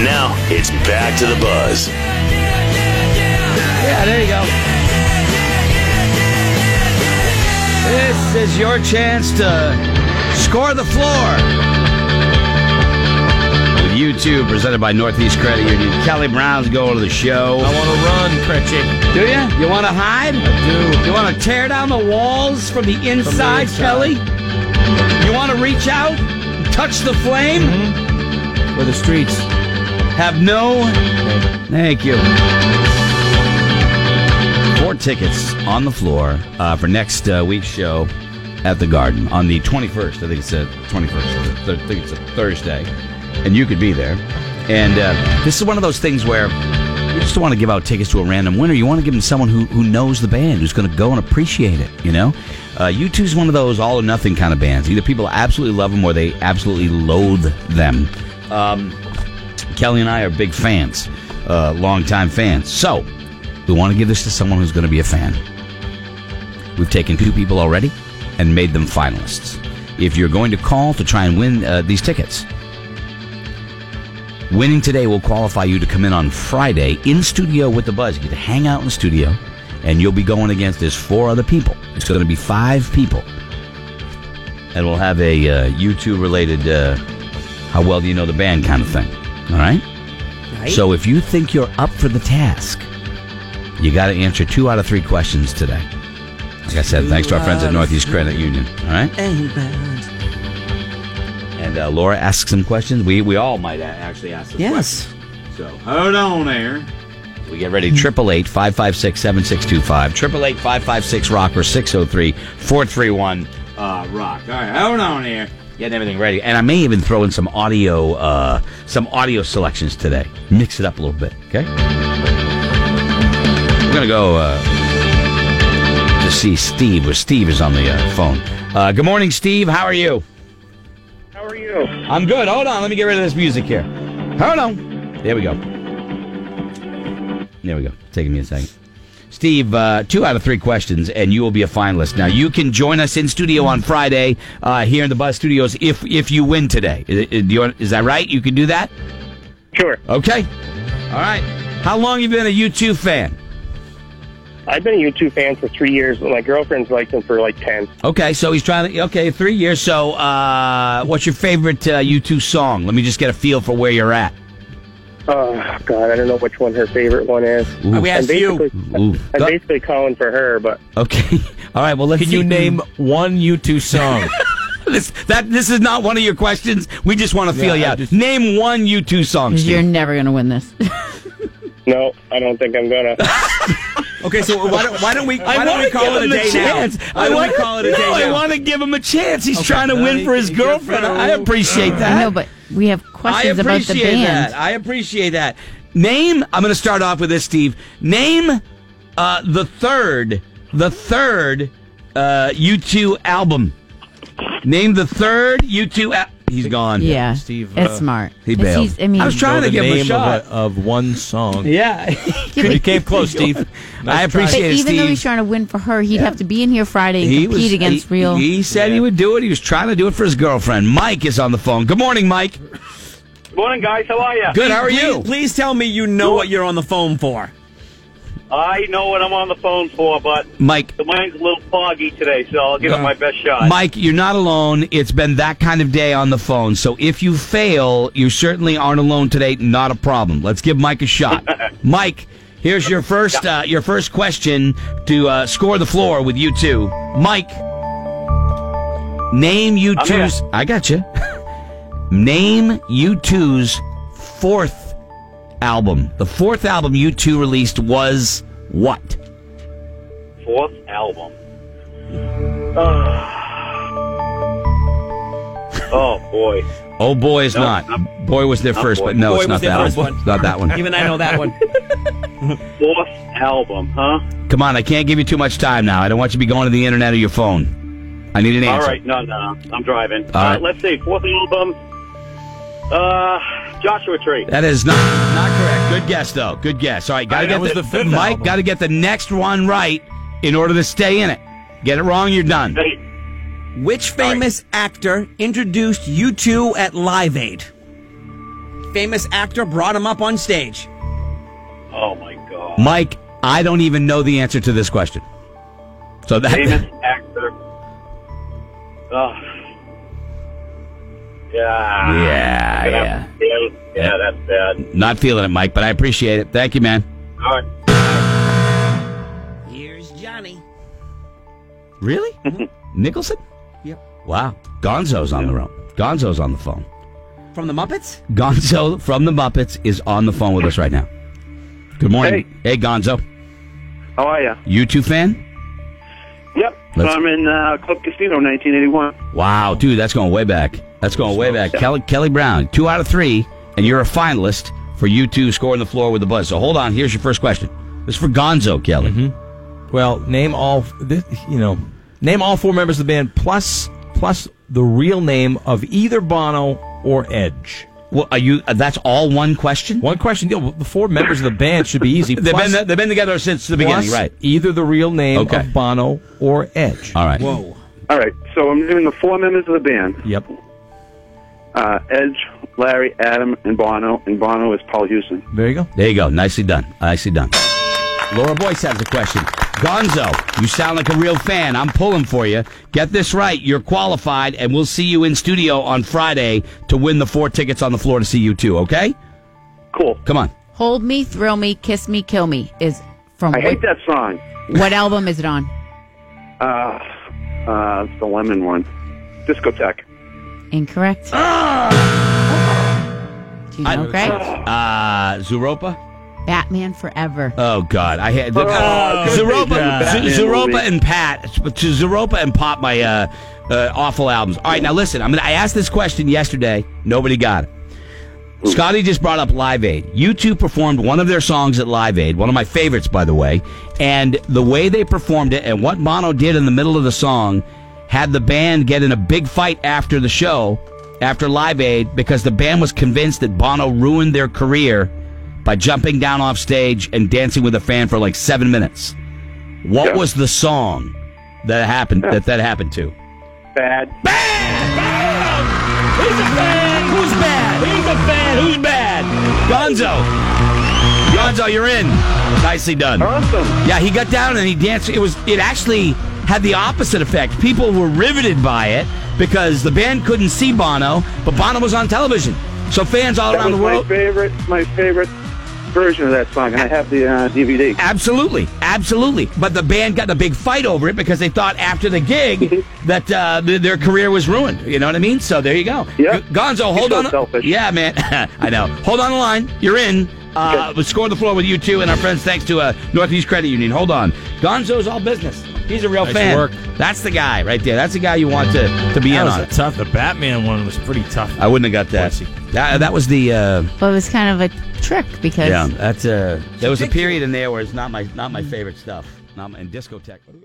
It's back to the buzz. Yeah, there you go. This is your chance to score the floor. With YouTube presented by Northeast Credit Union. Kelly Brown's going to the show. I want to run, Critchy. Do you? You want to hide? I do. You want to tear down the walls from the inside, inside. Kelly? You want to reach out, touch the flame? Mm-hmm. For the streets. Have no. Thank you. Four tickets on the floor uh, for next uh, week's show at the Garden on the 21st. I think it's a 21st. I think it's a Thursday, and you could be there. And uh, this is one of those things where you just don't want to give out tickets to a random winner. You want to give them to someone who, who knows the band, who's going to go and appreciate it. You know, uh, U two's one of those all or nothing kind of bands. Either people absolutely love them or they absolutely loathe them. Um, Kelly and I are big fans, uh, longtime fans. So we want to give this to someone who's going to be a fan. We've taken two people already and made them finalists. If you're going to call to try and win uh, these tickets, winning today will qualify you to come in on Friday in studio with the Buzz. You get to hang out in the studio, and you'll be going against there's four other people. It's going to be five people, and we'll have a uh, U2 related uh, "How well do you know the band?" kind of thing. All right. So if you think you're up for the task, you got to answer two out of three questions today. Like I said, thanks to our friends at Northeast Credit Union. All right. And uh, Laura asks some questions. We we all might a- actually ask some Yes. questions. So hold on there. We get ready. 888 556 7625. 888 556 Rock or 603 431 uh, Rock. All right, hold on here. Getting everything ready. And I may even throw in some audio uh, some audio selections today. Mix it up a little bit, okay? We're going to go uh, to see Steve, where Steve is on the uh, phone. Uh, good morning, Steve. How are you? How are you? I'm good. Hold on. Let me get rid of this music here. Hold on. There we go. There we go. Taking me a second. Steve, uh, two out of three questions, and you will be a finalist. Now you can join us in studio on Friday uh, here in the Buzz Studios if if you win today. I- I- do you- Is that right? You can do that. Sure. Okay. All right. How long you been a U2 fan? I've been a YouTube fan for three years, but my girlfriend's liked them for like 10. Okay, so he's trying to. Okay, three years. So, uh, what's your favorite uh, U2 song? Let me just get a feel for where you're at. Oh, God, I don't know which one her favorite one is. Ooh. We asked I'm you. basically, Ooh. I'm Go- basically calling for her, but Okay. All right. Well, let's. Can you see- name one U2 song? This that this is not one of your questions. We just want to feel I you out. Name one U2 song, You're Steve. never gonna win this. no, I don't think I'm gonna. okay, so why don't, why don't we why don't wanna we call give it a him day chance. now? I Why don't want we call it a no, day I now? want to give him a chance. He's trying to Well, win he- for his he could girlfriend. throw- I appreciate that. no, but we have I questions about the appreciate band. that. I appreciate that. Name. I'm going to start off with this, Steve. Name uh, the third, the third uh, U2 album. Name the third U2. Al- He's gone. Yeah, Steve, it's uh, smart. he It's- bailed. he's- I mean, I was trying Know to the give him a name of shot. Of, one song. Yeah. You came close, Steve. I Nice try. but appreciate it, even Steve. though he's trying to win for her, he'd have to be in here Friday and compete against he, real. He said he would do it. He was trying to do it for his girlfriend. Mike is on the phone. Good morning, Mike. Morning, guys. How are you? Good. How are please, you? Please tell me you know what you're on the phone for. I know what I'm on the phone for, but Mike. the mind's a little foggy today, so I'll give it my best shot. Mike, you're not alone. It's been that kind of day on the phone. So if you fail, you certainly aren't alone today. Not a problem. Let's give Mike a shot. Mike, here's your first uh, your first question to uh, score the floor with you two. Mike, name you I'm here. two's. I got you. name you two's fourth album. The fourth album you two released was what? Fourth album. Uh, oh, boy. Oh boy, it's No, not. not- boy was their not first, Boy. but no, Boy it's was not their that first one. one. Not that one. Even I know that one. Fourth album, huh? Come on, I can't give you too much time now. I don't want you to be going to the internet or your phone. I need an All answer. right, no, no, I'm driving. All right. let's see, fourth album, uh, Joshua Tree. That is not not correct. Good guess though. Good guess. All right, gotta That get was the fifth Mike. album. Got to get the next one right in order to stay in it. Get it wrong, you're done. Hey, Which famous actor introduced you two at Live Aid? famous actor brought him up on stage? Oh my God! Mike, I don't even know the answer to this question. So that Famous actor. Oh. Yeah. Ah, Yeah, Yeah. Yeah. Yeah. That's bad. not feeling it, Mike, but I appreciate it. Thank you, man. All right. Here's Johnny. Really? Mm-hmm. Nicholson? Yep. Wow. Gonzo's on the room. Gonzo's on the phone. From the Muppets? Gonzo from the Muppets is on the phone with us right now. Good morning. Hey, Gonzo. How are you? You two fan? Yep. Let's- I'm in uh, Club Casino, 1981. Wow, dude, that's going way back. That's going way back. Kelly, Kelly Brown, two out of three, and you're a finalist for you two scoring the floor with the buzz. So hold on. Here's your first question. This is for Gonzo, Kelly. Well, name all this, you know, name all four members of the band plus plus the real name of either Bono or Edge. Well, are you? uh, that's all one question. One question: yeah, well, The four members of the band should be easy. They've Plus- been they've been together since the beginning, plus right? Either the real name Okay. of Bono or Edge. All right. Whoa. All right, so I'm doing the four members of the band Yep. uh, Edge, Larry, Adam, and Bono. And Bono is Paul Houston. There you go. There you go. Nicely done. Nicely done. Laura Boyce has a question. Gonzo, you sound like a real fan. I'm pulling for you. Get this right. You're qualified, and we'll see you in studio on Friday to win the four tickets on the floor to see you too. Okay? Cool. Come on. Hold me, thrill me, kiss me, kill me is from I what, hate that song. what album is it on? Uh, uh, it's the lemon one. Discotheque. Incorrect. Do you Ah! I- know, Greg? Uh, Zuropa. Batman Forever. Oh God, I had Ah, Oh, good Zeropa, thing that Z- Batman Zeropa movie. and Pat, to Zeropa and Pop, my uh, uh, awful albums. All right, now listen. I mean, I asked this question yesterday. Nobody got it. Scotty just brought up Live Aid. You two performed one of their songs at Live Aid, one of my favorites, by the way. And the way they performed it and what Mono did in the middle of the song had the band get in a big fight after the show, after Live Aid, because the band was convinced that Bono ruined their career by jumping down off stage and dancing with a fan for like seven minutes. What Yeah. was the song that happened that that happened to? Bad. He's a fan. Who's bad? He's a fan. Who's bad? Gonzo. Gonzo, you're in. Nicely done. Awesome. Yeah, he got down and he danced. It was it actually had the opposite effect. People were riveted by it because the band couldn't see Bono, but Bono was on television. So fans all That around was the my world favorite, my favorite version of that song, and I have the uh, DVD. Absolutely, absolutely. But the band got in a big fight over it because they thought after the gig that uh, th- their career was ruined. You know what I mean? So there you go. Yeah. G- Gonzo, hold so on. selfish. Yeah, man. I know. Hold on the line. You're in. Uh, we score the floor with you two and our friends. Thanks to uh, Northeast Credit Union. Hold on. Gonzo's all business. He's a real Nice fan. work. That's the guy right there. That's the guy you want to, to be in on. it. tough. The Batman one was pretty tough. I wouldn't have got that. That, that was the uh, Well, it was kind of a trick because yeah. That's uh, there was a period in there where it's not my not my favorite stuff. Not my, and discotheque.